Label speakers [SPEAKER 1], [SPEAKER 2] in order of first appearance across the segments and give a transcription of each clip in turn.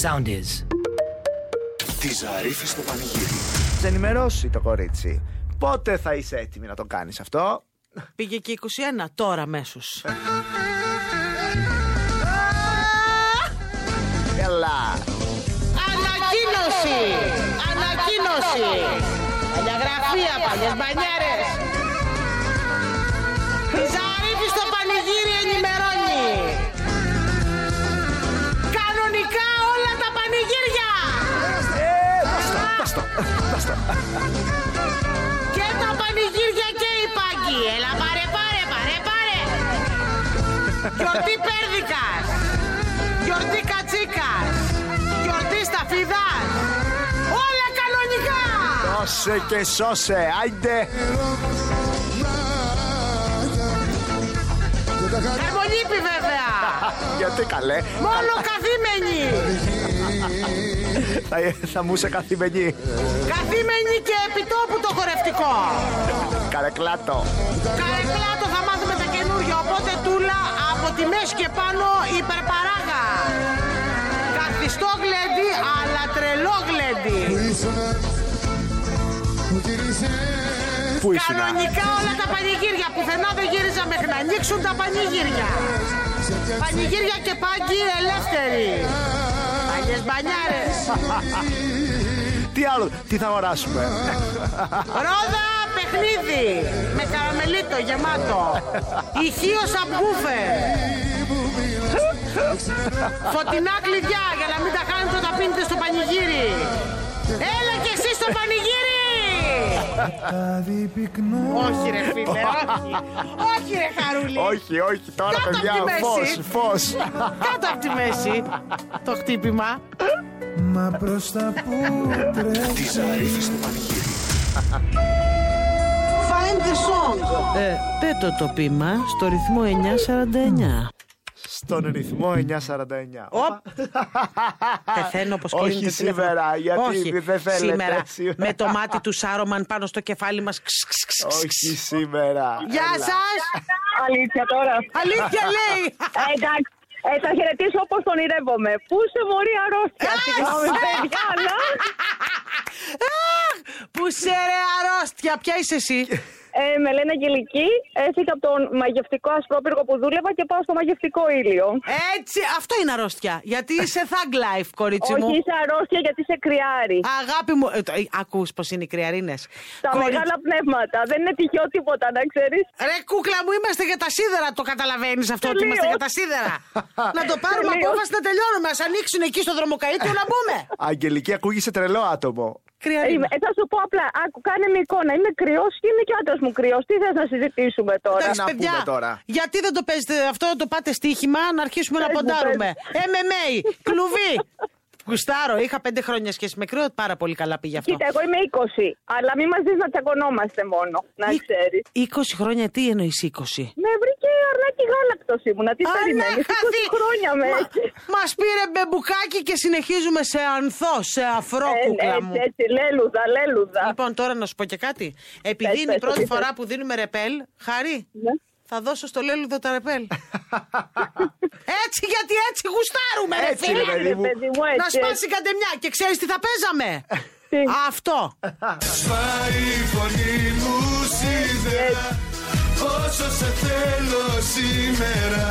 [SPEAKER 1] Sound is.
[SPEAKER 2] Τη Ζαρίφη στο πανηγύρι.
[SPEAKER 3] Σε ενημερώσει το κορίτσι. Πότε θα είσαι έτοιμη να το κάνεις αυτό.
[SPEAKER 4] Πήγε και 21 τώρα αμέσως.
[SPEAKER 3] Καλά.
[SPEAKER 4] Ανακοίνωση! Ανακοίνωση! Παλιά γραφεία, παλιές μπανιάρες! Η Ζαρίφη στο πανηγύρι ενημερώνει! Κανονικά όλα τα πανηγύρια!
[SPEAKER 3] Ε, δώσ' το, δώσ' το, δώσ' το.
[SPEAKER 4] Και τα πανηγύρια και οι πάγκοι! Έλα πάρε, πάρε, πάρε, πάρε! Γιορτή Πέρδικας! Γιορτή Κατσίκας! Γιορτή Σταφίδας! Όλα κανονικά!
[SPEAKER 3] Δώσε και σώσε. Άιντε.
[SPEAKER 4] Αρμονίπη βέβαια!
[SPEAKER 3] Γιατί καλέ.
[SPEAKER 4] Μόνο καθήμενοι!
[SPEAKER 3] Θα, θα μου είσαι καθημερινή.
[SPEAKER 4] Καθήμενοι και επιτόπου το χορευτικό!
[SPEAKER 3] Καρεκλάτο.
[SPEAKER 4] Καρεκλάτο θα μάθουμε τα καινούργια, οπότε τούλα από τη μέση και πάνω υπερπαράγα! Καθιστό γλέντι, αλλά τρελό γλέντι!
[SPEAKER 3] Πού ήσουν.
[SPEAKER 4] Κανονικά όλα τα πανηγύρια. Πουθενά δεν γύριζα μέχρι να ανοίξουν τα πανηγύρια. Πανηγύρια και πάγκοι ελεύθεροι. Παλιές μπανιάρες.
[SPEAKER 3] Τι άλλο, τι θα αγοράσουμε.
[SPEAKER 4] Ρόδα παιχνίδι με καραμελίτο γεμάτο. Ηχείο σαμπούφε. Φωτεινά κλειδιά για να μην τα χάνετε όταν πίνετε στο πανηγύρι. Έλα και εσύ στο πανηγύρι! όχι ρε φίλε, όχι. όχι ρε χαρούλη.
[SPEAKER 3] όχι, όχι, τώρα
[SPEAKER 4] Κάτω απ'
[SPEAKER 3] παιδιά.
[SPEAKER 4] τη μέση.
[SPEAKER 3] Φως, φως.
[SPEAKER 4] Κάτω από τη μέση το χτύπημα.
[SPEAKER 5] Μα προς τα πού
[SPEAKER 2] Τη Ζαρίφη στο πανηγύρι.
[SPEAKER 4] Find the song. Ε, πέτω το πείμα στο ρυθμό 949.
[SPEAKER 3] Στον ρυθμό 949.
[SPEAKER 4] Οπ. Πεθαίνω όπως
[SPEAKER 3] Όχι
[SPEAKER 4] κλείνει το τηλέφωνο.
[SPEAKER 3] σήμερα, γιατί
[SPEAKER 4] Όχι,
[SPEAKER 3] δεν θέλετε
[SPEAKER 4] σήμερα.
[SPEAKER 3] σήμερα.
[SPEAKER 4] Με το μάτι του Σάρωμαν πάνω στο κεφάλι μας. Ξ, ξ, ξ, ξ, ξ.
[SPEAKER 3] Όχι σήμερα.
[SPEAKER 4] Γεια
[SPEAKER 3] Έλα.
[SPEAKER 4] σας.
[SPEAKER 6] Αλήθεια τώρα.
[SPEAKER 4] Αλήθεια λέει.
[SPEAKER 6] Ε, εντάξει. Ε, θα χαιρετήσω όπως ονειρεύομαι. Πού σε μωρή αρρώστια, συγγνώμη, παιδιά, αλλά.
[SPEAKER 4] Αχ, Που σε ρε αρρώστια. Ποια είσαι εσύ.
[SPEAKER 6] Ε, με λένε Αγγελική. Έφυγα από τον μαγευτικό ασπρόπυργο που δούλευα και πάω στο μαγευτικό ήλιο.
[SPEAKER 4] Έτσι, αυτό είναι αρρώστια. Γιατί είσαι thug life, κορίτσι μου.
[SPEAKER 6] Όχι, είσαι αρρώστια γιατί είσαι κρυάρι.
[SPEAKER 4] Αγάπη μου. Ε, το- ε, Ακούς πως είναι οι κρυαρίνες.
[SPEAKER 6] Τα
[SPEAKER 4] Κορίτσι-
[SPEAKER 6] μεγάλα πνεύματα. Δεν είναι τυχαίο τίποτα, να ξέρεις.
[SPEAKER 4] Ρε κούκλα μου, είμαστε για τα σίδερα. Το καταλαβαίνεις αυτό ότι είμαστε για
[SPEAKER 6] Τελείως.
[SPEAKER 4] τα σίδερα. να το πάρουμε
[SPEAKER 6] Τελείως.
[SPEAKER 4] απόφαση να τελειώνουμε. Ας ανοίξουν εκεί στο δρομοκαίτιο να μπούμε.
[SPEAKER 3] Αγγελική, ακούγεσαι τρελό άτομο.
[SPEAKER 4] Κρυαρίνα.
[SPEAKER 6] Ε, θα σου πω απλά, άκου, κάνε μια εικόνα. Είμαι κρυός και είναι και ο άντρας μου κρυός. Τι θες να συζητήσουμε τώρα.
[SPEAKER 4] Εντάξει,
[SPEAKER 3] να
[SPEAKER 4] παιδιά,
[SPEAKER 3] πούμε τώρα.
[SPEAKER 4] γιατί δεν το παίζετε αυτό, το πάτε στοίχημα να αρχίσουμε να
[SPEAKER 6] Πες μου,
[SPEAKER 4] ποντάρουμε. MMA, κλουβί. Γουστάρω, είχα πέντε χρόνια σχέση με κρύο, πάρα πολύ καλά πήγε αυτό.
[SPEAKER 6] Κοίτα, εγώ είμαι 20, αλλά μην μας δεις να τσακωνόμαστε μόνο, να
[SPEAKER 4] Ή-
[SPEAKER 6] ξέρει.
[SPEAKER 4] 20 χρόνια, τι εννοείς 20.
[SPEAKER 6] Με βρήκε αρνάκι γάλακτος ήμουνα. Τι περιμένει, 20 χρόνια με έχει.
[SPEAKER 4] ναι, Μας πήρε μπεμπουκάκι και συνεχίζουμε σε ανθό, σε αφρό
[SPEAKER 6] Ε,
[SPEAKER 4] κούκλα μου.
[SPEAKER 6] Έτσι, έτσι, λέλουδα, λέλουδα.
[SPEAKER 4] Λοιπόν, τώρα να σου πω και κάτι. Επειδή
[SPEAKER 6] Πες,
[SPEAKER 4] είναι η
[SPEAKER 6] πες,
[SPEAKER 4] πρώτη
[SPEAKER 6] πες.
[SPEAKER 4] φορά που δίνουμε ρεπέλ, χαρή.
[SPEAKER 6] Ναι.
[SPEAKER 4] Θα δώσω στο Λέλουδο τα ρεπέλ. έτσι, γιατί έτσι γουστάρουμε, ρε
[SPEAKER 3] Έτσι,
[SPEAKER 4] φίλε.
[SPEAKER 3] ρε,
[SPEAKER 6] Ρε, παιδί μου, έτσι,
[SPEAKER 4] Να
[SPEAKER 6] έτσι. Ε,
[SPEAKER 4] σπάσει καντεμιά και ξέρεις τι θα παίζαμε.
[SPEAKER 6] Τι.
[SPEAKER 4] Αυτό.
[SPEAKER 7] Σφάει η φωνή μου σίδερα Πόσο σε θέλω σήμερα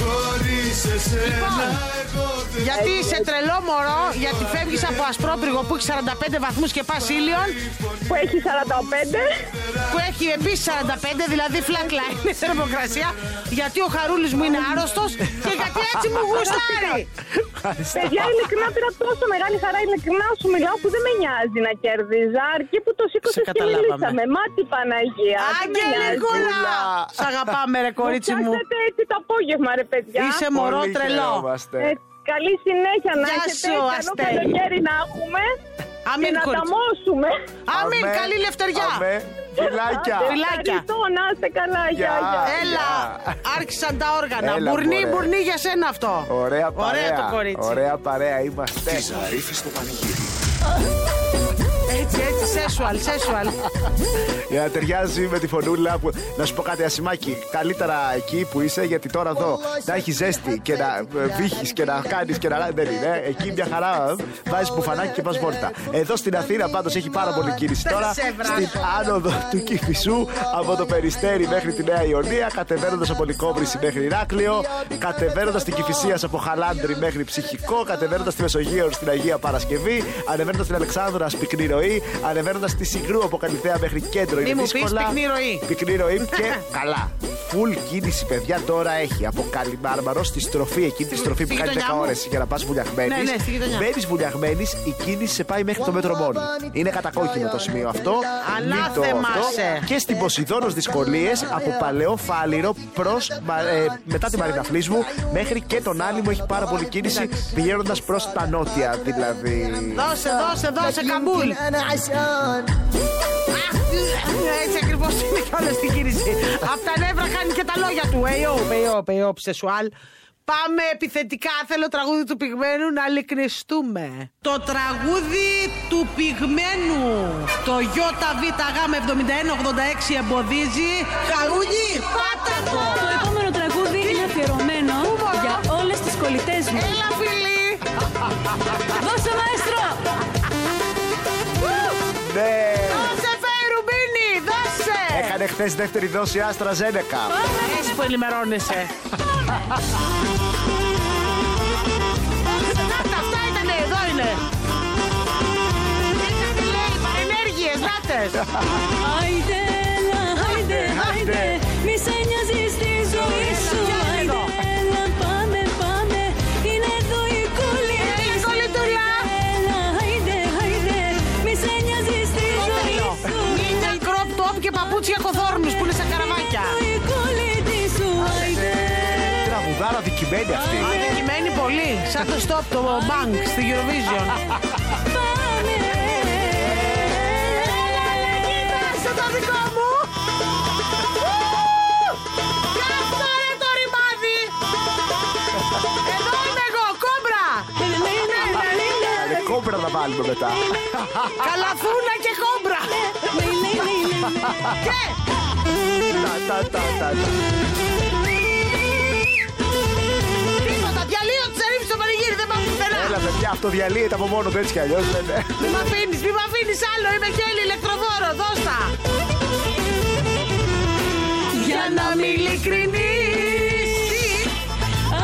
[SPEAKER 7] Χωρίς εσένα εγώ δεν
[SPEAKER 4] Γιατί είσαι τρελό μωρό, γιατί φεύγεις από ασπρόπυργο που έχει 45 βαθμούς και πας ήλιον,
[SPEAKER 6] Που έχει 45.
[SPEAKER 4] που έχει επίσης 45, δηλαδή flat line θερμοκρασία, γιατί ο χαρούλης μου είναι άρρωστος και γιατί έτσι μου γουστάρει.
[SPEAKER 6] Παιδιά, ειλικρινά πήρα τόσο μεγάλη χαρά. Ειλικρινά σου μιλάω που δεν με νοιάζει να κερδίζει. Αρκεί που το σήκωσες
[SPEAKER 4] Σε
[SPEAKER 6] και
[SPEAKER 4] καταλάβαμε.
[SPEAKER 6] μιλήσαμε. Μάτι Παναγία. δεν με νοιάζει.
[SPEAKER 4] Αγγελικούλα! Σ' αγαπάμε ρε κορίτσι μου.
[SPEAKER 6] Φτιάξατε έτσι το απόγευμα, ρε παιδιά.
[SPEAKER 4] Είσαι μωρό
[SPEAKER 3] Πολύ
[SPEAKER 4] τρελό.
[SPEAKER 3] χαιρόμαστε.
[SPEAKER 6] Ε, καλή συνέχεια να
[SPEAKER 4] Γεια
[SPEAKER 6] έχετε.
[SPEAKER 4] σου,
[SPEAKER 6] Καλό
[SPEAKER 4] Αστέρι.
[SPEAKER 6] καλοκαίρι να έχουμε. και
[SPEAKER 4] Αμήν
[SPEAKER 6] να
[SPEAKER 4] κορίτσι.
[SPEAKER 6] ταμώσουμε.
[SPEAKER 4] Αμήν,
[SPEAKER 3] Αμέ,
[SPEAKER 4] καλή λευτεριά.
[SPEAKER 3] αμέ. Φιλάκια.
[SPEAKER 4] Φιλάκια.
[SPEAKER 6] Ευχαριστώ, να είστε καλά. Γεια,
[SPEAKER 3] Γεια.
[SPEAKER 6] γεια.
[SPEAKER 4] Έλα, άρχισαν τα όργανα.
[SPEAKER 3] Έλα,
[SPEAKER 4] Μπουρνί,
[SPEAKER 3] μωρέ.
[SPEAKER 4] μπουρνί για σένα αυτό.
[SPEAKER 3] Ωραία παρέα.
[SPEAKER 4] το κορίτσι.
[SPEAKER 3] Ωραία παρέα είμαστε.
[SPEAKER 2] Τη Ζαρίφη στο πανηγύρι.
[SPEAKER 8] Hey,
[SPEAKER 4] Έτσι, έτσι, sexual, sexual.
[SPEAKER 3] Για να ταιριάζει με τη φωνούλα που. Να σου πω κάτι, Ασημάκι. Καλύτερα εκεί που είσαι, γιατί τώρα εδώ να έχει ζέστη και να βύχεις και να κάνεις και να. Δεν είναι. ε, Εκεί μια χαρά βάζεις μπουφανάκι και πα βόλτα. Εδώ στην Αθήνα πάντως έχει πάρα πολύ κίνηση
[SPEAKER 4] Δεν
[SPEAKER 3] τώρα.
[SPEAKER 4] σε βράζω.
[SPEAKER 3] Στην άνοδο του Κυφισού από το Περιστέρι μέχρι τη Νέα Ιωνία, κατεβαίνοντας από Λικόβριση μέχρι Ηράκλειο, κατεβαίνοντας την Κυφυσία από Χαλάνδρη μέχρι Ψυχικό, κατεβαίνοντας τη Μεσογείο στην Αγία Παρασκευή, ανεβαίνοντας την Αλεξάνδρα πυκνή ροή, ανεβαίνοντας τη Συγκρού από Καλυθέα μέχρι κέντρο.
[SPEAKER 4] Μη
[SPEAKER 3] Είναι
[SPEAKER 4] μου πεις
[SPEAKER 3] δύσκολα.
[SPEAKER 4] πυκνή ροή.
[SPEAKER 3] Πυκνή ροή και καλά. Φουλ κίνηση, παιδιά, τώρα έχει. Από Καλιμάρμαρο στη στροφή, εκείνη τη στροφή που
[SPEAKER 4] στη
[SPEAKER 3] κάνει 10
[SPEAKER 4] γειτονιά μου.
[SPEAKER 3] ώρες για να πας βουλιαγμένης.
[SPEAKER 4] Ναι, ναι, στη γειτονιά.
[SPEAKER 3] Μπαίνει βουλιαγμένης, η κίνηση σε πάει μέχρι το μέτρο μόνο. Είναι κατακόκκινο το σημείο αυτό.
[SPEAKER 4] Αλλά
[SPEAKER 3] Μην το
[SPEAKER 4] θεμάσαι.
[SPEAKER 3] αυτό. Και στην Ποσειδόνο δυσκολίες από παλαιό φάληρο προς μετά τη Μαρίνα Φλίσμου μέχρι και τον Άνιμο έχει πάρα πολύ κίνηση πηγαίνοντας προς τα νότια δηλαδή.
[SPEAKER 4] Δώσε, δώσε, δώσε, καμπούλ. Έτσι ακριβώς είναι και όλα στην κίνηση. Απ' τα νεύρα κάνει και τα λόγια του. Ε, Εϊό, εϊό, εϊό, ψεσουάλ. Πάμε επιθετικά. Θέλω τραγούδι του πυγμένου να λυκνιστούμε. Το τραγούδι του πυγμένου. Το ΙΒΓ7186 εμποδίζει. Χαρούνι, πάτα το!
[SPEAKER 1] Το επόμενο τραγούδι είναι αφιερωμένο
[SPEAKER 4] μωρό?
[SPEAKER 1] για όλες τις κολλητές μου.
[SPEAKER 4] Έλα, φίλοι!
[SPEAKER 1] Δώσε μαέστρο!
[SPEAKER 3] Ναι!
[SPEAKER 4] Δώσε, Φέι Ρουμπίνη, δώσε!
[SPEAKER 3] Έκανε χθες δεύτερη δόση Άστρα Ζένεκα.
[SPEAKER 4] Εσύ που ενημερώνεσαι. Νάτε, αυτά ήτανε, εδώ είναι. Ήτανε, λέει, παρενέργειες, νάτες.
[SPEAKER 1] Άιντε, έλα, άιντε, άιντε, μη σε νοιάζει στη ζωή σου.
[SPEAKER 4] Έλα, έλα εδώ.
[SPEAKER 1] Άιντε, έλα, πάμε, πάμε, είναι εδώ η
[SPEAKER 4] Έλα,
[SPEAKER 1] κολλητή.
[SPEAKER 4] κολλητούλα.
[SPEAKER 1] Έλα, άιντε, άιντε, μη σε νοιάζει στη ζωή
[SPEAKER 4] Τέλειο.
[SPEAKER 1] σου.
[SPEAKER 4] Μίνια crop top και παπούτσια κοθόρνους που είναι σε καραβάκια.
[SPEAKER 1] Εδώ η κολλητή σου, άιντε.
[SPEAKER 3] Τραγουδάρα δικημένη αυτή.
[SPEAKER 4] Ανεκειμένη πολύ, σαν το stop το bank στη Eurovision.
[SPEAKER 1] Πάμε,
[SPEAKER 4] Κοίταξε το δικό μου! Και αυτό είναι το ρημάδι! Εδώ είμαι εγώ, κόμπρα!
[SPEAKER 1] Ελένα, Ελένα.
[SPEAKER 3] Καλή κόμπρα να βάλουμε μετά.
[SPEAKER 4] Καλαθούνα και κόμπρα! Και
[SPEAKER 3] Τα, τα, τα, τα, τα.
[SPEAKER 4] τίποτα, διαλύω τη ρίψη στο πανηγύρι, δεν πάω πουθενά!
[SPEAKER 3] Έλα παιδιά, αυτό διαλύεται από μόνο του έτσι κι ναι, αλλιώ.
[SPEAKER 4] Μη μ' αφήνεις, μη μ' αφήνεις άλλο, είμαι χέλη ηλεκτροδόρο, δώστα! Για να μη ειλικρινείς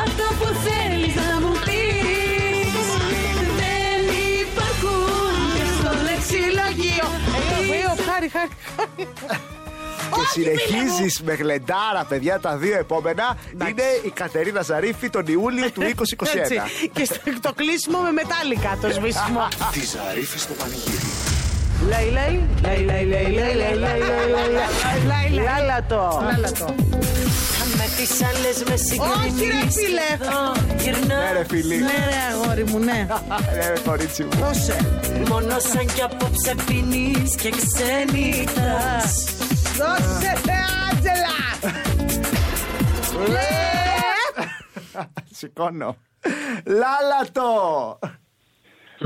[SPEAKER 1] Αυτό που θέλεις να μου πεις Δεν υπάρχουν και στο
[SPEAKER 4] συλλογείο Εγώ, ε, χάρη, χάρη,
[SPEAKER 3] Και συνεχίζει με γλεντάρα, παιδιά, τα δύο επόμενα είναι η Κατερίνα Ζαρίφη τον Ιούλιο του 2021.
[SPEAKER 4] Έτσι. Και στο- το κλείσιμο με μετάλλικα το σβήσιμο.
[SPEAKER 2] Τη Ζαρίφη στο πανηγύρι.
[SPEAKER 4] Λέει, λέει, λέει, λέει, λέει, λέει, λέει, λέει, λέει, λέει, λάλατο.
[SPEAKER 1] Με τις άλλες με συγκρίνεις
[SPEAKER 4] Όχι ρε φίλε.
[SPEAKER 1] Εδώ γυρνάς
[SPEAKER 3] Ναι, ρε φίλη.
[SPEAKER 4] Ναι ρε αγόρι μου, ναι.
[SPEAKER 3] Ναι, ρε κορίτσι μου.
[SPEAKER 4] Δώσε,
[SPEAKER 1] Μόνο σαν κι απόψε πίνεις και ξενυχτάς
[SPEAKER 4] δώσε, ρε Άντζελα. Λε.
[SPEAKER 3] Σηκώνω. Λάλατο!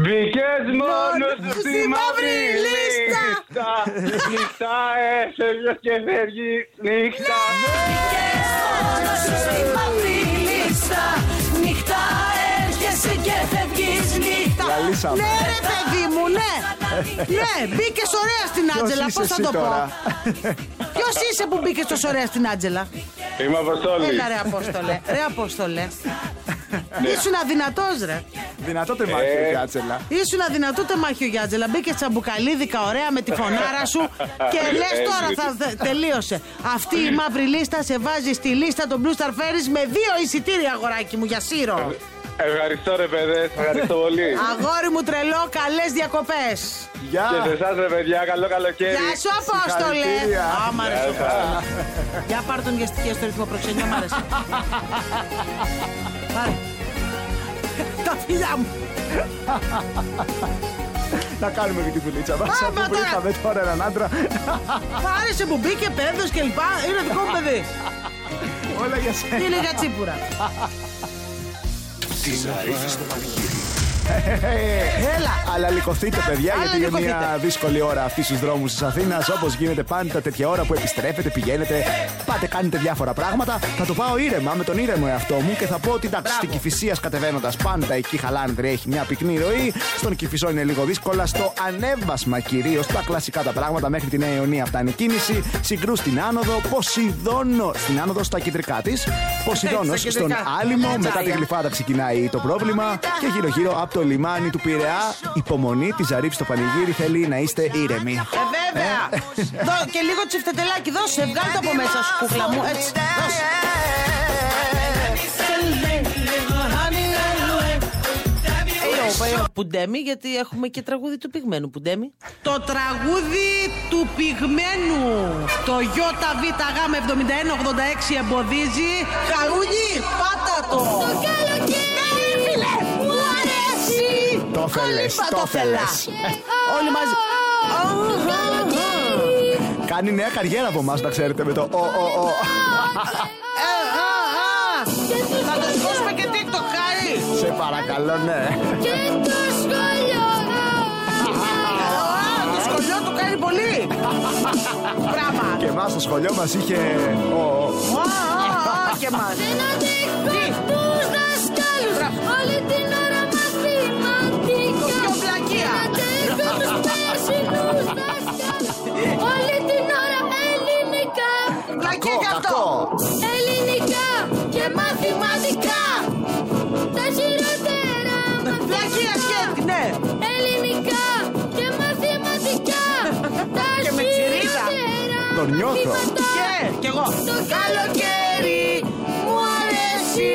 [SPEAKER 8] Μπήκες
[SPEAKER 4] Μόνο
[SPEAKER 8] μόνο
[SPEAKER 4] στη
[SPEAKER 8] στη
[SPEAKER 4] μαύρη
[SPEAKER 8] μαύρη
[SPEAKER 4] λίστα.
[SPEAKER 8] λίστα Νύχτα έφευγες και φεύγεις νύχτα
[SPEAKER 1] Μόνος σου στη μαύρη λίστα Νύχτα έρχεσαι και φεύγεις νύχτα
[SPEAKER 3] Λαλήσαμε.
[SPEAKER 4] Ναι ρε παιδί μου, ναι. Ναι, μπήκες ωραία στην
[SPEAKER 3] Ποιος
[SPEAKER 4] Άντζελα,
[SPEAKER 3] είσαι
[SPEAKER 4] πώς θα
[SPEAKER 3] εσύ
[SPEAKER 4] το πω.
[SPEAKER 3] τώρα?
[SPEAKER 4] Ποιος είσαι που μπήκες τόσο ωραία στην Άντζελα.
[SPEAKER 8] Είμαι Αποστόλης Ναι.
[SPEAKER 4] Έλα ρε Απόστολε, ρε Απόστολε. Ήσουν αδυνατός ρε.
[SPEAKER 3] Δυνατό τεμάκι,
[SPEAKER 8] Ε.
[SPEAKER 3] ε... Άτσελα.
[SPEAKER 4] Ήσουν αδυνατό τεμάχιο Γιάντζελα. Μπήκε τσαμπουκαλίδικα ωραία με τη φωνάρα σου και
[SPEAKER 8] Ε,
[SPEAKER 4] λες τώρα θα θα- τελείωσε. Αυτή η μαύρη λίστα σε βάζει στη λίστα των Blue Star Ferries με δύο εισιτήρια, αγοράκι μου, για
[SPEAKER 8] Ε,
[SPEAKER 4] σύρο.
[SPEAKER 8] Ευχαριστώ ρε παιδές, ευχαριστώ πολύ
[SPEAKER 4] Αγόρι μου τρελό, καλές διακοπές.
[SPEAKER 3] Γεια!
[SPEAKER 8] Και σε εσάς ρε παιδιά, καλό καλοκαίρι
[SPEAKER 4] Γεια σου, Απόστολε.
[SPEAKER 3] Συγχαρητήρια.
[SPEAKER 4] Α, μ' άρεσε.
[SPEAKER 8] Γεια
[SPEAKER 4] ο
[SPEAKER 8] σας.
[SPEAKER 4] Απόστολος. Για πάρ τον για στοιχεία στο ρυθμό προξενιό, μ' άρεσε. Πάρε. Τα φιλιά μου.
[SPEAKER 3] Να κάνουμε και τη δουλίτσα μας.
[SPEAKER 4] Άμα
[SPEAKER 3] Αφού
[SPEAKER 4] τώρα.
[SPEAKER 3] βρίσκαμε τώρα έναν άντρα,
[SPEAKER 4] Άρεσε που μπήκε πέδο και λοιπά. Είναι δικό μου παιδί.
[SPEAKER 3] όλα για σένα.
[SPEAKER 4] Είναι για τσίπουρα.
[SPEAKER 2] Τη Ζαρίφη στο πανηγύρι.
[SPEAKER 4] Έλα.
[SPEAKER 3] Αλλά λυκωθείτε, παιδιά,
[SPEAKER 4] Αλλά
[SPEAKER 3] γιατί είναι μια
[SPEAKER 4] λυκωθείτε.
[SPEAKER 3] δύσκολη ώρα αυτής στου δρόμου της Αθήνας. Όπως γίνεται πάντα τέτοια ώρα που επιστρέφετε, πηγαίνετε, πάτε, κάνετε διάφορα πράγματα. Θα το πάω ήρεμα με τον ήρεμο εαυτό μου και θα πω ότι εντάξει, στην Κυφυσία κατεβαίνοντας πάντα εκεί χαλάνδρη έχει μια πυκνή ροή. Στον Κυφισό είναι λίγο δύσκολα. Στο ανέβασμα κυρίως τα κλασικά τα πράγματα μέχρι την Νέα Ιωνία φτάνει η κίνηση. Συγκρού στην άνοδο, Ποσειδώνω στην άνοδο στα κεντρικά της. Ποσειδώνω
[SPEAKER 4] στα
[SPEAKER 3] στον
[SPEAKER 4] κεντρικά.
[SPEAKER 3] άλυμο, μετά
[SPEAKER 4] Τσάια.
[SPEAKER 3] την Γλυφάδα ξεκινάει το πρόβλημα και γύρω-γύρω από το λιμάνι του Πειραιά, υπομονή τη ζαρίψη στο πανηγύρι θέλει να είστε ήρεμοι.
[SPEAKER 4] Ε, βέβαια. Δώ- και λίγο τσιφτετελάκι, δώσε. Βγάλε το από μέσα σου, κούκλα μου. Έτσι, δώσε.
[SPEAKER 9] Πουντέμι, γιατί έχουμε και τραγούδι του πυγμένου. Πουντέμι.
[SPEAKER 4] Το τραγούδι του πυγμένου. Το ΙΒΓ7186 εμποδίζει. Χαρούνι, πάτα το.
[SPEAKER 3] Το θέλες, το θέλες.
[SPEAKER 4] Όλοι μαζί.
[SPEAKER 3] Κάνει νέα καριέρα από εμάς, να ξέρετε με το ο, ο, ο.
[SPEAKER 4] Ε, α, α. Θα το σκόσουμε και TikTok, χάρη.
[SPEAKER 3] Σε παρακαλώ, ναι.
[SPEAKER 4] Α, Το σχολείο του κάνει πολύ. Πράγμα.
[SPEAKER 3] Και εμάς στο σχολείο μας είχε. Ο, ο.
[SPEAKER 4] Α, α, α, Και μας. Το πιο πλακία.
[SPEAKER 1] Όλη την ώρα ελληνικά,
[SPEAKER 4] Πλακία και αυτό.
[SPEAKER 3] Κακό.
[SPEAKER 1] ελληνικά και μαθηματικά. Τα χειρότερα
[SPEAKER 4] Πλακία σκέφτη, ναι.
[SPEAKER 1] ελληνικά και μαθηματικά. Τα
[SPEAKER 4] Και με τσιρίδα.
[SPEAKER 1] χειρότερα
[SPEAKER 3] Τον νιώθω.
[SPEAKER 1] μαθήματα.
[SPEAKER 4] Και, κι εγώ.
[SPEAKER 1] Το καλοκαίρι μου αρέσει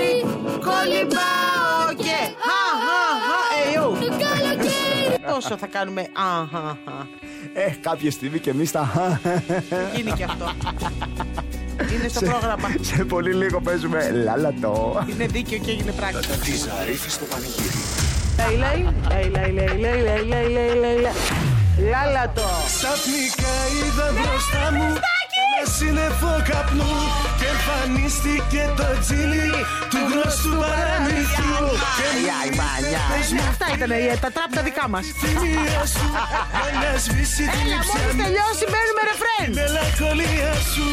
[SPEAKER 4] Κολυμπάω και χα, χα, χα, ε, ιού.
[SPEAKER 1] Το καλοκαίρι
[SPEAKER 4] Πόσο θα κάνουμε α, χα, χα.
[SPEAKER 3] Ε, κάποια στιγμή και εμείς τα.
[SPEAKER 4] Γίνει και αυτό. Είναι στο πρόγραμμα.
[SPEAKER 3] Σε πολύ λίγο παίζουμε λαλατό.
[SPEAKER 4] Είναι δίκαιο και έγινε πράξη.
[SPEAKER 2] Τη Ζαρίφη στο πανηγύρι.
[SPEAKER 4] Λέει, λέει, λέει, λέει, λέει, λέει, λέει, λέει, λέει, λέει, λέει. Λάλα το.
[SPEAKER 7] Ξαφνικά είδα μπροστά μου ένα σύννεφο καπνού και εμφανίστηκε το τζίλι του γνωστού παραμυθιού και μου
[SPEAKER 3] Αϊ,
[SPEAKER 7] είπε
[SPEAKER 3] μανιά.
[SPEAKER 7] πες μου
[SPEAKER 4] Αυτά ήταν ε, τα τραπ τα δικά μας.
[SPEAKER 7] θυμία σου για να σβήσει την
[SPEAKER 4] Έλα,
[SPEAKER 7] ψυχή
[SPEAKER 4] μόλις τελειώσει μπαίνουμε ρε φρέν.
[SPEAKER 7] μελαγχολία σου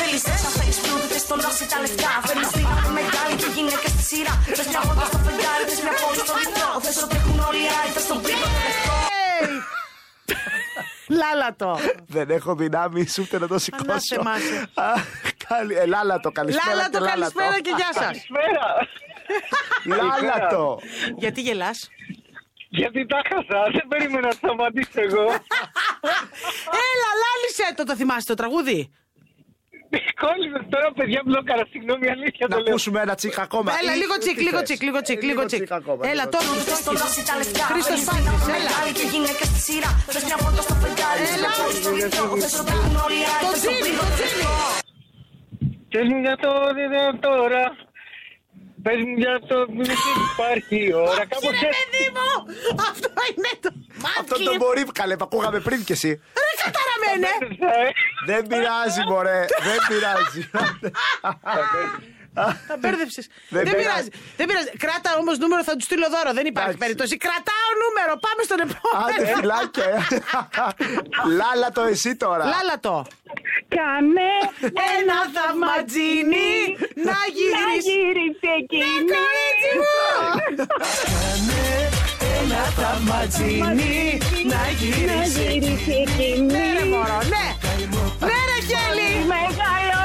[SPEAKER 10] Θέλει να φέρει πλούτη, θε το λόξι τα λεφτά. Φέρνει θύματα μεγάλη και γυναίκα στη σειρά. Θε μια βόλτα στο φεγγάρι, θε μια πόλη στο βυθό. Θες ότι έχουν όλοι οι άρρητες στον πύργο το λευκό.
[SPEAKER 4] Λάλα το.
[SPEAKER 3] Δεν έχω δυνάμει ούτε να το σηκώσω.
[SPEAKER 4] Ανάθεμά
[SPEAKER 3] Αχ, καλη- ε, Λάλατο, καλησπέρα.
[SPEAKER 4] Λάλα το,
[SPEAKER 3] και
[SPEAKER 4] καλησπέρα και γεια σας.
[SPEAKER 8] Καλησπέρα.
[SPEAKER 3] Λάλατο.
[SPEAKER 4] Γιατί γελάς.
[SPEAKER 8] Γιατί τα χάσα, δεν περίμενα να σταματήσω εγώ.
[SPEAKER 4] Έλα, λάλησε το, το θυμάστε το τραγούδι.
[SPEAKER 8] Κόλλημε τώρα, παιδιά, μπλόκαρα. Συγγνώμη, αλήθεια
[SPEAKER 3] Να
[SPEAKER 8] το λέω.
[SPEAKER 3] ακούσουμε ένα τσικ ακόμα.
[SPEAKER 4] Έλα,
[SPEAKER 3] Ή-
[SPEAKER 4] λίγο
[SPEAKER 3] ή
[SPEAKER 4] τσικ,
[SPEAKER 3] τι
[SPEAKER 4] λίγο
[SPEAKER 3] θες.
[SPEAKER 4] τσικ, λίγο τσικ,
[SPEAKER 3] Ε,
[SPEAKER 4] λίγο τσικ.
[SPEAKER 3] ακόμα,
[SPEAKER 4] Έλα,
[SPEAKER 3] λίγο
[SPEAKER 4] το
[SPEAKER 3] τσικ.
[SPEAKER 10] Θε το λόξι τα λεφτά.
[SPEAKER 4] Χρήστος
[SPEAKER 10] Φέρνεις
[SPEAKER 4] Πάπης,
[SPEAKER 10] θύματα
[SPEAKER 4] έλα.
[SPEAKER 10] μεγάλη και γυναίκα στη σειρά. Θε μια βόλτα στο φεγγάρι, θε μια πόλη στο βυθό. Θε ότι έχουν όλοι οι
[SPEAKER 4] Το
[SPEAKER 10] άρρητες στον
[SPEAKER 4] τσίλι,
[SPEAKER 10] πύργο
[SPEAKER 4] το
[SPEAKER 10] το
[SPEAKER 4] τσίλι.
[SPEAKER 10] λευκό.
[SPEAKER 8] Πες μου για το όνειρο τώρα. Πες μου για το που υπάρχει ώρα. Κάπως
[SPEAKER 4] Ρε
[SPEAKER 8] έτσι.
[SPEAKER 4] παιδί μου, αυτό είναι το...
[SPEAKER 3] Αυτό το μπορεί, καλέ, που ακούγαμε πριν κι εσύ.
[SPEAKER 4] Ρε καταραμένε.
[SPEAKER 8] ε.
[SPEAKER 3] Δεν πειράζει, μωρέ. Δεν πειράζει.
[SPEAKER 4] Τα μπέρδεψες.
[SPEAKER 3] Δεν
[SPEAKER 4] Δεν
[SPEAKER 3] πειράζει.
[SPEAKER 4] πειράζει. Δεν πειράζει. Κράτα όμως νούμερο, θα του στείλω δώρο. Δεν υπάρχει
[SPEAKER 3] Εντάξει.
[SPEAKER 4] περίπτωση. Κρατάω νούμερο. Πάμε στον
[SPEAKER 3] Άντε,
[SPEAKER 4] επόμενο.
[SPEAKER 3] φυλάκια. Λάλατο εσύ τώρα.
[SPEAKER 4] Λάλα το.
[SPEAKER 6] Κάνε
[SPEAKER 4] Ένα θαυματζίνι να
[SPEAKER 6] να
[SPEAKER 4] γυρίσεις.
[SPEAKER 6] γυρίσεις εκείνη.
[SPEAKER 4] Κορίτσι μου.
[SPEAKER 6] Να γυρίσεις εκείνη.
[SPEAKER 4] Ναι, ρε μωρό, ναι. Ναι, ρε Γέλη.
[SPEAKER 6] Μεγάλο.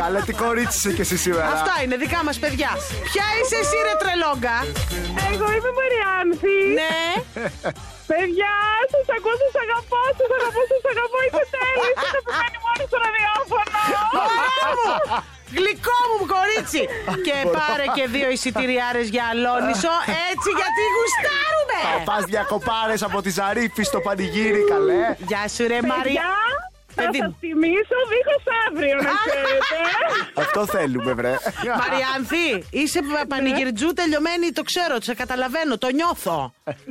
[SPEAKER 3] Καλέ, τι κορίτσι είσαι κι εσύ σήμερα.
[SPEAKER 4] Αυτά είναι δικά μας παιδιά. Ποια είσαι εσύ ρε τρελόγκα.
[SPEAKER 6] Εγώ είμαι Μαριάνθη.
[SPEAKER 4] Ναι.
[SPEAKER 6] Παιδιά, σας ακούω, σας αγαπώ, σας αγαπώ, σας αγαπώ. Είστε τέλειοι. Είστε πεθάνει μόνο στο ραδιόφωνο.
[SPEAKER 4] Μωρό μου. Γλυκό μου κορίτσι. και πάρε και δύο εισιτηριάρες για Αλόνισο. Έτσι γιατί
[SPEAKER 3] Θα
[SPEAKER 4] γουστάρουμε.
[SPEAKER 3] πας διακοπάρες από τη Ζαρίφη στο πανηγύρι, καλέ.
[SPEAKER 4] Γεια σου ρε
[SPEAKER 6] Παιδιά,
[SPEAKER 4] Μαρία.
[SPEAKER 6] θα
[SPEAKER 4] Παιδί
[SPEAKER 6] σας
[SPEAKER 4] μου.
[SPEAKER 6] θυμίσω δίχως αύριο, να ξέρετε.
[SPEAKER 3] Αυτό θέλουμε, βρε.
[SPEAKER 4] Μαριάνθη, είσαι πα- πανηγυρτζού τελειωμένη, το ξέρω, σε καταλαβαίνω, το νιώθω.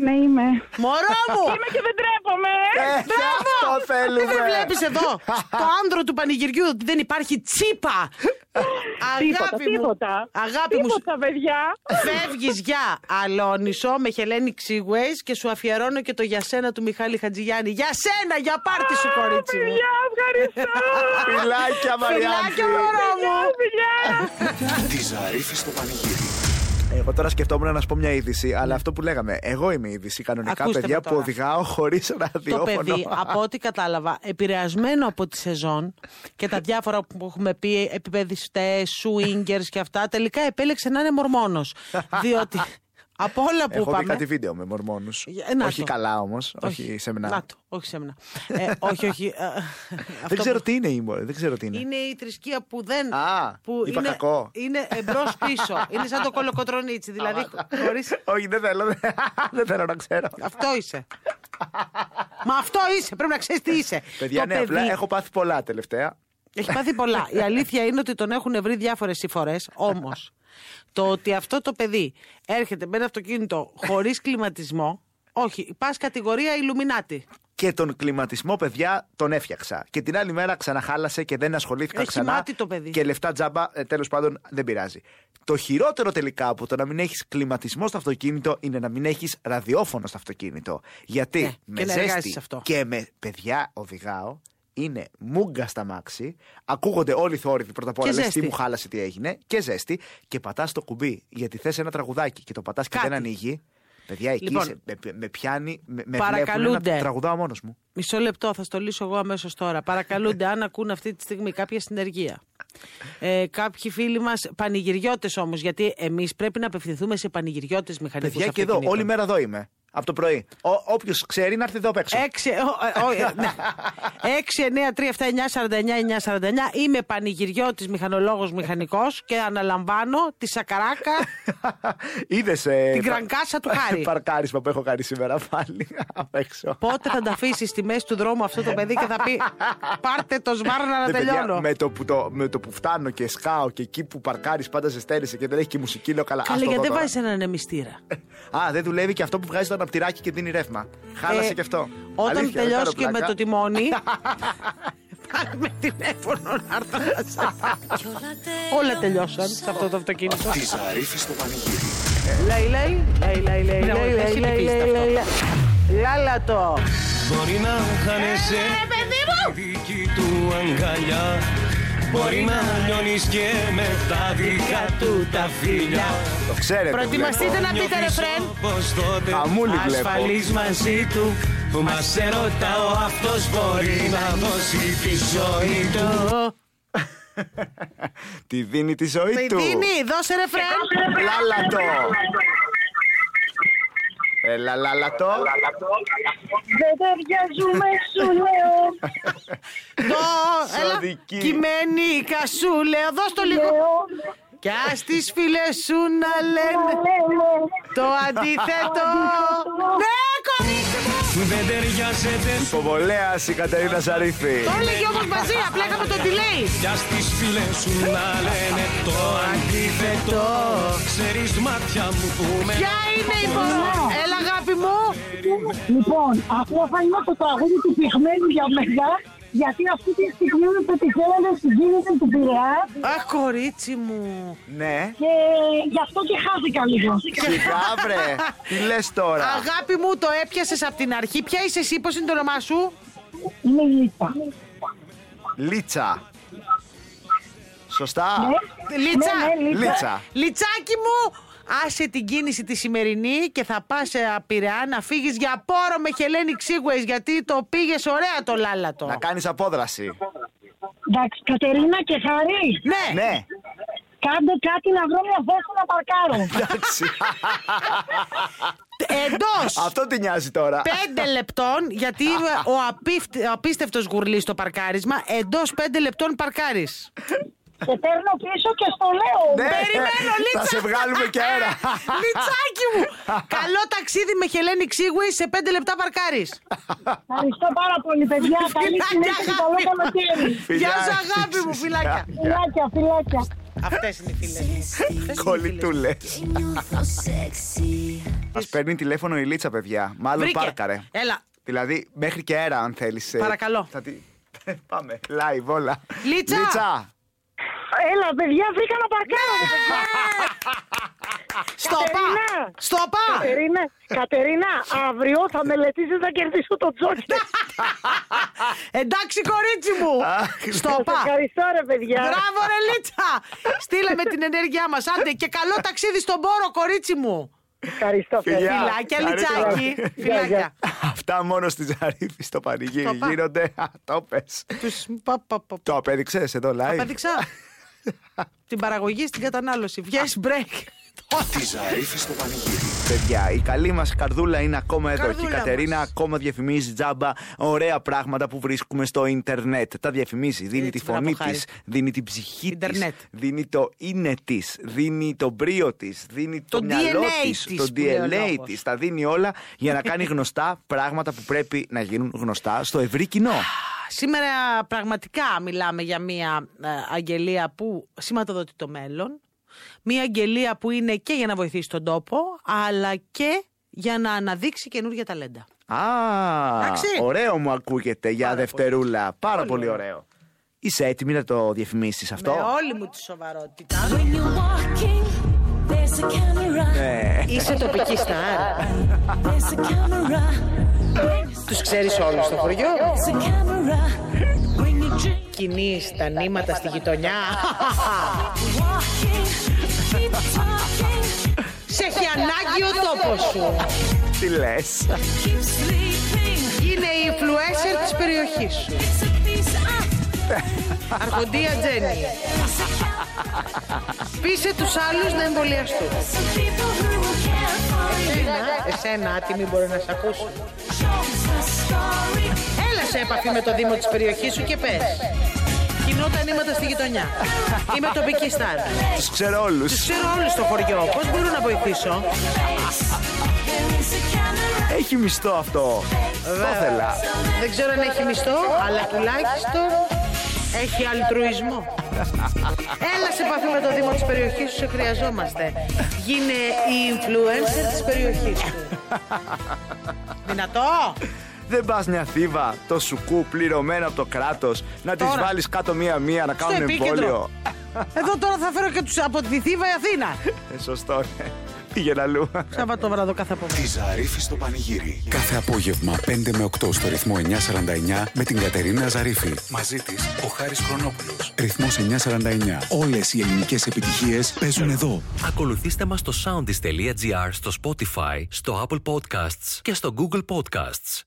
[SPEAKER 6] Ναι, είμαι.
[SPEAKER 4] Μωρό μου!
[SPEAKER 6] Είμαι και δεν τρέπομαι.
[SPEAKER 3] Ε, Αυτό
[SPEAKER 4] Τι
[SPEAKER 3] θέλουμε.
[SPEAKER 4] δεν βλέπεις εδώ, στο άνδρο του πανηγυριού, ότι δεν υπάρχει τσίπα.
[SPEAKER 6] Τίποτα,
[SPEAKER 4] Αγάπη μου.
[SPEAKER 6] τίποτα.
[SPEAKER 4] Αγάπη μου.
[SPEAKER 6] Τίποτα, παιδιά.
[SPEAKER 4] Φεύγεις για Αλόνισο με Χελένη Ξίγουέης και σου αφιερώνω και το για σένα του Μιχάλη Χατζηγιάννη. Για σένα, για πάρτι σου, κορίτσι. μου.
[SPEAKER 6] Φιλιά, ευχαριστώ.
[SPEAKER 3] Φιλάκια,
[SPEAKER 4] Φιλάκια,
[SPEAKER 3] Μαριάννη.
[SPEAKER 4] μωρό μου.
[SPEAKER 6] Φιλιά.
[SPEAKER 2] Τη Ζαρίφη στο πανηγύρι.
[SPEAKER 3] Εγώ τώρα σκεφτόμουν να σου πω μια είδηση, αλλά αυτό που λέγαμε. Εγώ είμαι είδηση κανονικά,
[SPEAKER 4] Ακούστε με
[SPEAKER 3] παιδιά, που
[SPEAKER 4] τώρα.
[SPEAKER 3] οδηγάω χωρίς
[SPEAKER 4] Το
[SPEAKER 3] ραδιόφωνο.
[SPEAKER 4] παιδί, από ό,τι κατάλαβα, επηρεασμένο από τη σεζόν και τα διάφορα που έχουμε πει, επιπαιδιστέ, σουίγκερ και αυτά, τελικά επέλεξε να είναι μορμόνος. Διότι από όλα που
[SPEAKER 3] Έχω δει
[SPEAKER 4] πάμε.
[SPEAKER 3] κάτι βίντεο με μορμόνους.
[SPEAKER 4] Ε, να
[SPEAKER 3] όχι
[SPEAKER 4] το.
[SPEAKER 3] καλά όμως, όχι σεμινά.
[SPEAKER 4] Να το, όχι σεμνά. Ε, όχι, όχι. ε, αυτό
[SPEAKER 3] Δεν
[SPEAKER 4] που-
[SPEAKER 3] ξέρω τι είναι η μορ- δεν ξέρω τι είναι.
[SPEAKER 4] Είναι η θρησκεία που δεν.
[SPEAKER 3] Α,
[SPEAKER 4] που
[SPEAKER 3] είπα
[SPEAKER 4] είναι,
[SPEAKER 3] κακό.
[SPEAKER 4] Είναι εμπρός πίσω. είναι σαν το κολοκοτρονίτσι. Δηλαδή, χωρίς...
[SPEAKER 3] Όχι, δεν θέλω, δεν- δεν θέλω να ξέρω.
[SPEAKER 4] αυτό είσαι. Μα αυτό είσαι. Πρέπει να ξέρεις τι είσαι.
[SPEAKER 3] Παιδιά,
[SPEAKER 4] Το
[SPEAKER 3] ναι, απλά έχω πάθει πολλά τελευταία.
[SPEAKER 4] Έχει πάθει πολλά. Η αλήθεια είναι ότι τον έχουν βρει διάφορες συφορέ. Όμως, το ότι αυτό το παιδί έρχεται με ένα αυτοκίνητο χωρίς κλιματισμό. Όχι, πας κατηγορία Ιλουμινάτη.
[SPEAKER 3] Και τον κλιματισμό, παιδιά, τον έφτιαξα. Και την άλλη μέρα ξαναχάλασε και δεν ασχολήθηκα
[SPEAKER 4] Έχει
[SPEAKER 3] ξανά.
[SPEAKER 4] μάτι το παιδί.
[SPEAKER 3] Και λεφτά τζάμπα, τέλος πάντων, δεν πειράζει. Το χειρότερο τελικά από το να μην έχεις κλιματισμό στο αυτοκίνητο είναι να μην έχεις ραδιόφωνο στο αυτοκίνητο. Γιατί
[SPEAKER 4] Ναι,
[SPEAKER 3] με
[SPEAKER 4] και να
[SPEAKER 3] ζέστη
[SPEAKER 4] εργάζεσαι αυτό.
[SPEAKER 3] και με παιδιά οδηγάω, είναι μουγκα στα μάξι, ακούγονται όλοι οι θόρυβοι πρώτα απ' όλα.
[SPEAKER 4] Και
[SPEAKER 3] λες,
[SPEAKER 4] ζέστη.
[SPEAKER 3] τι μου χάλασε, τι έγινε, και ζέστη. Και πατάς το κουμπί γιατί θες ένα τραγουδάκι και το πατάς και
[SPEAKER 4] Κάτι.
[SPEAKER 3] δεν ανοίγει. Παιδιά, εκεί
[SPEAKER 4] Λοιπόν.
[SPEAKER 3] σε- με, με πιάνει, με, με
[SPEAKER 4] Παρακαλούνται.
[SPEAKER 3] βλέπουν να τραγουδάω μόνος μου.
[SPEAKER 4] Μισό λεπτό, θα στο λύσω εγώ αμέσως τώρα. Παρακαλούνται, αν ακούν αυτή τη στιγμή κάποια συνεργεία. Ε, κάποιοι φίλοι μας, πανηγυριώτες όμως, γιατί εμείς πρέπει να απευθυνθούμε σε πανηγυριώτες μηχανικού.
[SPEAKER 3] Παιδιά και εδώ, όλη μέρα εδώ είμαι. Από το πρωί. Όποιος ξέρει να έρθει εδώ απ' έξω. Ε,
[SPEAKER 4] ε, ναι. 6-9-3-7-9-49-9-49 Είμαι πανηγυριώτης, μηχανολόγος, μηχανικός και αναλαμβάνω τη σακαράκα,
[SPEAKER 3] Είδες.
[SPEAKER 4] την κρανκάσα του Χάρη.
[SPEAKER 3] ε, Παρκάρισμα που έχω κάνει σήμερα πάλι απ' έξω.
[SPEAKER 4] Πότε θα τα αφήσεις στη μέση του δρόμου αυτό το παιδί και θα πει πάρτε το σμάρνα να
[SPEAKER 3] Ναι, παιδιά,
[SPEAKER 4] τελειώνω.
[SPEAKER 3] με, το που το, με το που φτάνω και σκάω και εκεί που παρκάρεις πάντα ζεσταίνεσαι και δεν έχει και μουσική, λέω καλά. ας
[SPEAKER 4] Καλά,
[SPEAKER 3] το
[SPEAKER 4] γιατί
[SPEAKER 3] δω
[SPEAKER 4] δεν
[SPEAKER 3] τώρα.
[SPEAKER 4] βάζεις έναν εμιστήρα.
[SPEAKER 3] Α, δεν δουλεύει και αυτό που βγάζει το αναπτυράκι και δίνει ρεύμα. Χάλασε
[SPEAKER 4] Ε,
[SPEAKER 3] και αυτό.
[SPEAKER 4] Όταν
[SPEAKER 3] Αλήθεια, δεν
[SPEAKER 4] τελειώσει
[SPEAKER 3] κάνω
[SPEAKER 4] και με
[SPEAKER 3] πλάκα.
[SPEAKER 4] το τιμόνι. Πάρε με τηλέφωνο να έρθω να σε πάρω. Όλα τελειώσαν σε αυτό το αυτοκίνητο.
[SPEAKER 2] Τη Ζαρίφη στο πανηγύρι.
[SPEAKER 4] Λέει, λέει, λέει, λέει, λέει,
[SPEAKER 9] Ναι,
[SPEAKER 4] λέει,
[SPEAKER 9] όχι,
[SPEAKER 4] λέει,
[SPEAKER 9] έχει
[SPEAKER 4] λέει,
[SPEAKER 9] λυπήσει
[SPEAKER 4] λέει,
[SPEAKER 9] αυτό.
[SPEAKER 4] λέει, λέει. Λάλα το.
[SPEAKER 7] Μπορεί να χάνεσαι στη δική του αγκαλιά Μπορεί να λιώνεις και με τα δικά του τα φιλιά
[SPEAKER 3] Το ξέρετε.
[SPEAKER 4] Προετοιμαστείτε
[SPEAKER 3] βλέπω.
[SPEAKER 4] να πείτε ρε
[SPEAKER 7] Νιώθεις
[SPEAKER 4] φρέν.
[SPEAKER 7] όπως τότε
[SPEAKER 3] Χαμούλη βλέπω.
[SPEAKER 7] Ασφαλής μαζί του Που μας ερωτάω αυτός μπορεί να δώσει τη ζωή του
[SPEAKER 3] Τη δίνει τη ζωή του.
[SPEAKER 4] Τίνι, δώσε ρε φρέν.
[SPEAKER 3] Λάλατο. Έλα, λάλατο.
[SPEAKER 6] Δεν ταιριάζουμε, σου λέω.
[SPEAKER 4] Το, έλα,
[SPEAKER 3] Σωδική.
[SPEAKER 4] κυμενίκα σου λέω, δώσ' το λίγο.
[SPEAKER 6] Λέω,
[SPEAKER 4] Κι ας τις φίλες σου να λένε
[SPEAKER 6] λέμε.
[SPEAKER 4] το αντίθετο. Ναι, κορίτσι μου.
[SPEAKER 7] Δεν ταιριάζεται
[SPEAKER 3] Υποβολέα η Κατερίνα Σαρίφη.
[SPEAKER 4] Το έλεγε όμως μαζί, απλά έκαμε το delay.
[SPEAKER 7] πια στις φίλες σου να λένε το αντίθετο Ξέρεις μάτια μου που με
[SPEAKER 4] Ποια είναι η μωρό. Έλα αγάπη μου.
[SPEAKER 6] Ναι. Λοιπόν, αυτό θα είναι το τραγούδι του πυγμένου για μένα, γιατί αυτή τη στιγμή μου πετυχαίνανε στην κίνηση του Πειραιά
[SPEAKER 4] Αχ κορίτσι μου.
[SPEAKER 3] Ναι.
[SPEAKER 6] και Ε, γι' αυτό και χάθηκα λίγο.
[SPEAKER 3] Σιγά βρε. Τι λες τώρα.
[SPEAKER 4] Αγάπη μου, το έπιασες από την αρχή. Ποια είσαι εσύ, πώς είναι το όνομά σου.
[SPEAKER 6] Είναι η λίπα.
[SPEAKER 3] Λίτσα. Σωστά.
[SPEAKER 4] Λίτσα.
[SPEAKER 6] Ναι, ναι, Λίτσα.
[SPEAKER 3] Λίτσα.
[SPEAKER 4] Λιτσάκι μου, άσε την κίνηση τη σημερινή και θα πας σε απειρά να φύγεις για πόρο με Χελένη Ξίγουες γιατί το πήγες ωραία το λάλατο.
[SPEAKER 3] Να κάνεις απόδραση.
[SPEAKER 6] Εντάξει, Κατερίνα και Χαρή,
[SPEAKER 4] Ναι.
[SPEAKER 3] Ναι.
[SPEAKER 6] κάντε κάτι να βρω μια θέση να παρκάρω.
[SPEAKER 3] Εντάξει. Ναι.
[SPEAKER 4] Εντός
[SPEAKER 3] Αυτό τι νοιάζει τώρα.
[SPEAKER 4] πέντε λεπτών, γιατί είμαι ο, απίφτη, ο απίστευτος γουρλής στο παρκάρισμα, εντός πέντε λεπτών παρκάρεις.
[SPEAKER 6] και παίρνω πίσω και στο λέω.
[SPEAKER 3] Ναι.
[SPEAKER 4] Περιμένω, Λίτσα.
[SPEAKER 3] Θα σε βγάλουμε και αέρα.
[SPEAKER 4] Λιτσάκι μου! Καλό ταξίδι με Χελένη Ξίγουη σε πέντε λεπτά παρκάρει.
[SPEAKER 6] Ευχαριστώ πάρα πολύ, παιδιά. Καλή συνέχεια και καλό καλοκαίρι.
[SPEAKER 4] Γεια σου,
[SPEAKER 3] Φιλιά.
[SPEAKER 4] αγάπη μου, φιλάκια.
[SPEAKER 6] Φιλάκια, φιλάκια.
[SPEAKER 4] Αυτές είναι οι φίλες.
[SPEAKER 3] Κολλητούλε.
[SPEAKER 10] Νιώθω σεξι
[SPEAKER 3] Μας παίρνει τηλέφωνο η Λίτσα, παιδιά. Μάλλον πάρκαρε.
[SPEAKER 4] Έλα.
[SPEAKER 3] Δηλαδή, μέχρι και ε, αέρα, αν θέλεις.
[SPEAKER 4] Παρακαλώ.
[SPEAKER 3] Θα τη... Πάμε. Live όλα.
[SPEAKER 4] Λίτσα.
[SPEAKER 6] Έλα, παιδιά, βρήκα να παρκάρω.
[SPEAKER 4] Ναι.
[SPEAKER 6] ρε, παιδιά.
[SPEAKER 4] Στο πα!
[SPEAKER 6] Κατερίνα. Ε.
[SPEAKER 4] Στο πα!
[SPEAKER 6] Κατερίνα, Κατερίνα, αύριο θα μελετήσεις να κερδίσω τον Τζόκερ.
[SPEAKER 4] Εντάξει, κορίτσι μου! Στο
[SPEAKER 6] Σας
[SPEAKER 4] πα!
[SPEAKER 6] ευχαριστώ ρε παιδιά.
[SPEAKER 4] Μπράβο, ρε Λίτσα! Στείλε με την ενέργειά μας. Άντε και καλό ταξίδι στον πόρο, κορίτσι μου.
[SPEAKER 6] Ευχαριστώ.
[SPEAKER 3] Φιλιά.
[SPEAKER 6] παιδιά.
[SPEAKER 4] Φιλάκια,
[SPEAKER 3] Χαρήκαμε.
[SPEAKER 4] Λιτσάκι.
[SPEAKER 6] Γεια, γεια.
[SPEAKER 4] Φιλάκια.
[SPEAKER 3] Αυτά μόνο στη Ζαρίφη στο πανηγύρι
[SPEAKER 4] Το πα.
[SPEAKER 3] γίνονται. Α, Το πες.
[SPEAKER 4] Τους πα, πα, πα,
[SPEAKER 3] Το απέδειξες εδώ live.
[SPEAKER 4] Απέδειξα. την παραγωγή στην κατανάλωση. Βγες break.
[SPEAKER 2] Τη Ζαρίφη στο πανηγύρι.
[SPEAKER 3] Παιδιά, η καλή μας καρδούλα είναι ακόμα εδώ.
[SPEAKER 4] Καρδούλα
[SPEAKER 3] και η Κατερίνα
[SPEAKER 4] μας.
[SPEAKER 3] ακόμα διαφημίζει τζάμπα ωραία πράγματα που βρίσκουμε στο Ιντερνετ. Τα διαφημίζει, δίνει
[SPEAKER 4] Έτσι,
[SPEAKER 3] τη φωνή
[SPEAKER 4] μπράβο,
[SPEAKER 3] της, δίνει την ψυχή της,
[SPEAKER 4] Ιντερνετ.
[SPEAKER 3] δίνει το είναι της, δίνει το μπρίο της, δίνει το,
[SPEAKER 4] Το
[SPEAKER 3] μυαλό
[SPEAKER 4] DNA
[SPEAKER 3] της,
[SPEAKER 4] της,
[SPEAKER 3] το
[SPEAKER 4] που λέει ο
[SPEAKER 3] DNA
[SPEAKER 4] λόγος.
[SPEAKER 3] της. Τα δίνει όλα για να κάνει γνωστά πράγματα που πρέπει να γίνουν γνωστά στο ευρύ κοινό.
[SPEAKER 4] Σήμερα πραγματικά μιλάμε για μια ε, αγγελία που σηματοδοτεί το μέλλον. Μια αγγελία που είναι και για να βοηθήσει τον τόπο, αλλά και για να αναδείξει καινούργια ταλέντα.
[SPEAKER 3] Α,
[SPEAKER 4] Εντάξει.
[SPEAKER 3] ωραίο μου ακούγεται για Δευτερούλα. Πάρα πολύ, ωραίο. Είσαι έτοιμη να το διαφημίσεις αυτό.
[SPEAKER 4] Με όλη μου τη σοβαρότητα.
[SPEAKER 1] When you're walking, there's a camera.
[SPEAKER 3] Ναι.
[SPEAKER 4] ε,
[SPEAKER 9] Είσαι τοπική στάρ.
[SPEAKER 1] There's a camera.
[SPEAKER 9] Τους ξέρεις όλους στο χωριό.
[SPEAKER 1] There's a camera. When you drink,
[SPEAKER 4] Κοινή τα νήματα στη γειτονιά.
[SPEAKER 1] walking, keep talking,
[SPEAKER 4] Σε έχει ανάγκη ο τόπος σου.
[SPEAKER 3] Τι λες.
[SPEAKER 1] keep sleeping.
[SPEAKER 4] Είναι η influencer της περιοχής σου.
[SPEAKER 1] It's a piece of
[SPEAKER 4] Αρχοντία Τζένι. Πείσε τους άλλους να εμβολιαστούν.
[SPEAKER 1] some people who will care for you.
[SPEAKER 4] Εσένα άτιμοι μπορεί να σε ακούσουν.
[SPEAKER 1] Shows the story.
[SPEAKER 4] Έλα σε επαφή με το Δήμο της περιοχής σου και πες. Κοινό τα νήματα στη γειτονιά. Είμαι τοπική στάρ.
[SPEAKER 3] Τους ξέρω όλους.
[SPEAKER 4] Τους ξέρω όλους στο χωριό. Πώς μπορώ να βοηθήσω.
[SPEAKER 1] Face. There is a camera.
[SPEAKER 3] Έχει μισθό αυτό. Το ήθελα.
[SPEAKER 4] Δεν ξέρω αν έχει μισθό, αλλά τουλάχιστον έχει αλτρουισμό. Έλα σε επαφή με το Δήμο της περιοχής σου, σε χρειαζόμαστε. Γίνε η influencer της περιοχής σου. Δυνατό!
[SPEAKER 3] Δεν πας μια θύβα, το σουκού πληρωμένο από το κράτος, να τις
[SPEAKER 4] Τώρα.
[SPEAKER 3] βάλεις κάτω μία-μία να κάνουν
[SPEAKER 4] επίκεντρο.
[SPEAKER 3] εμβόλιο.
[SPEAKER 4] Εδώ τώρα θα φέρω και τους από τη Θήβα η Αθήνα.
[SPEAKER 3] Ε, σωστό, ναι. Πήγαινε αλλού.
[SPEAKER 4] Σαββατόβραδο κάθε απόγευμα.
[SPEAKER 2] Τη Ζαρίφη στο πανηγύρι. Κάθε απόγευμα 5 με 8 στο ρυθμό 949 με την Κατερίνα Ζαρίφη. Μαζί της ο Χάρης Χρονόπουλος. Ρυθμός 949. Όλες οι ελληνικές επιτυχίες παίζουν εδώ.
[SPEAKER 11] Ακολουθήστε μας στο soundis.gr, στο Spotify, στο Apple Podcasts και στο Google Podcasts.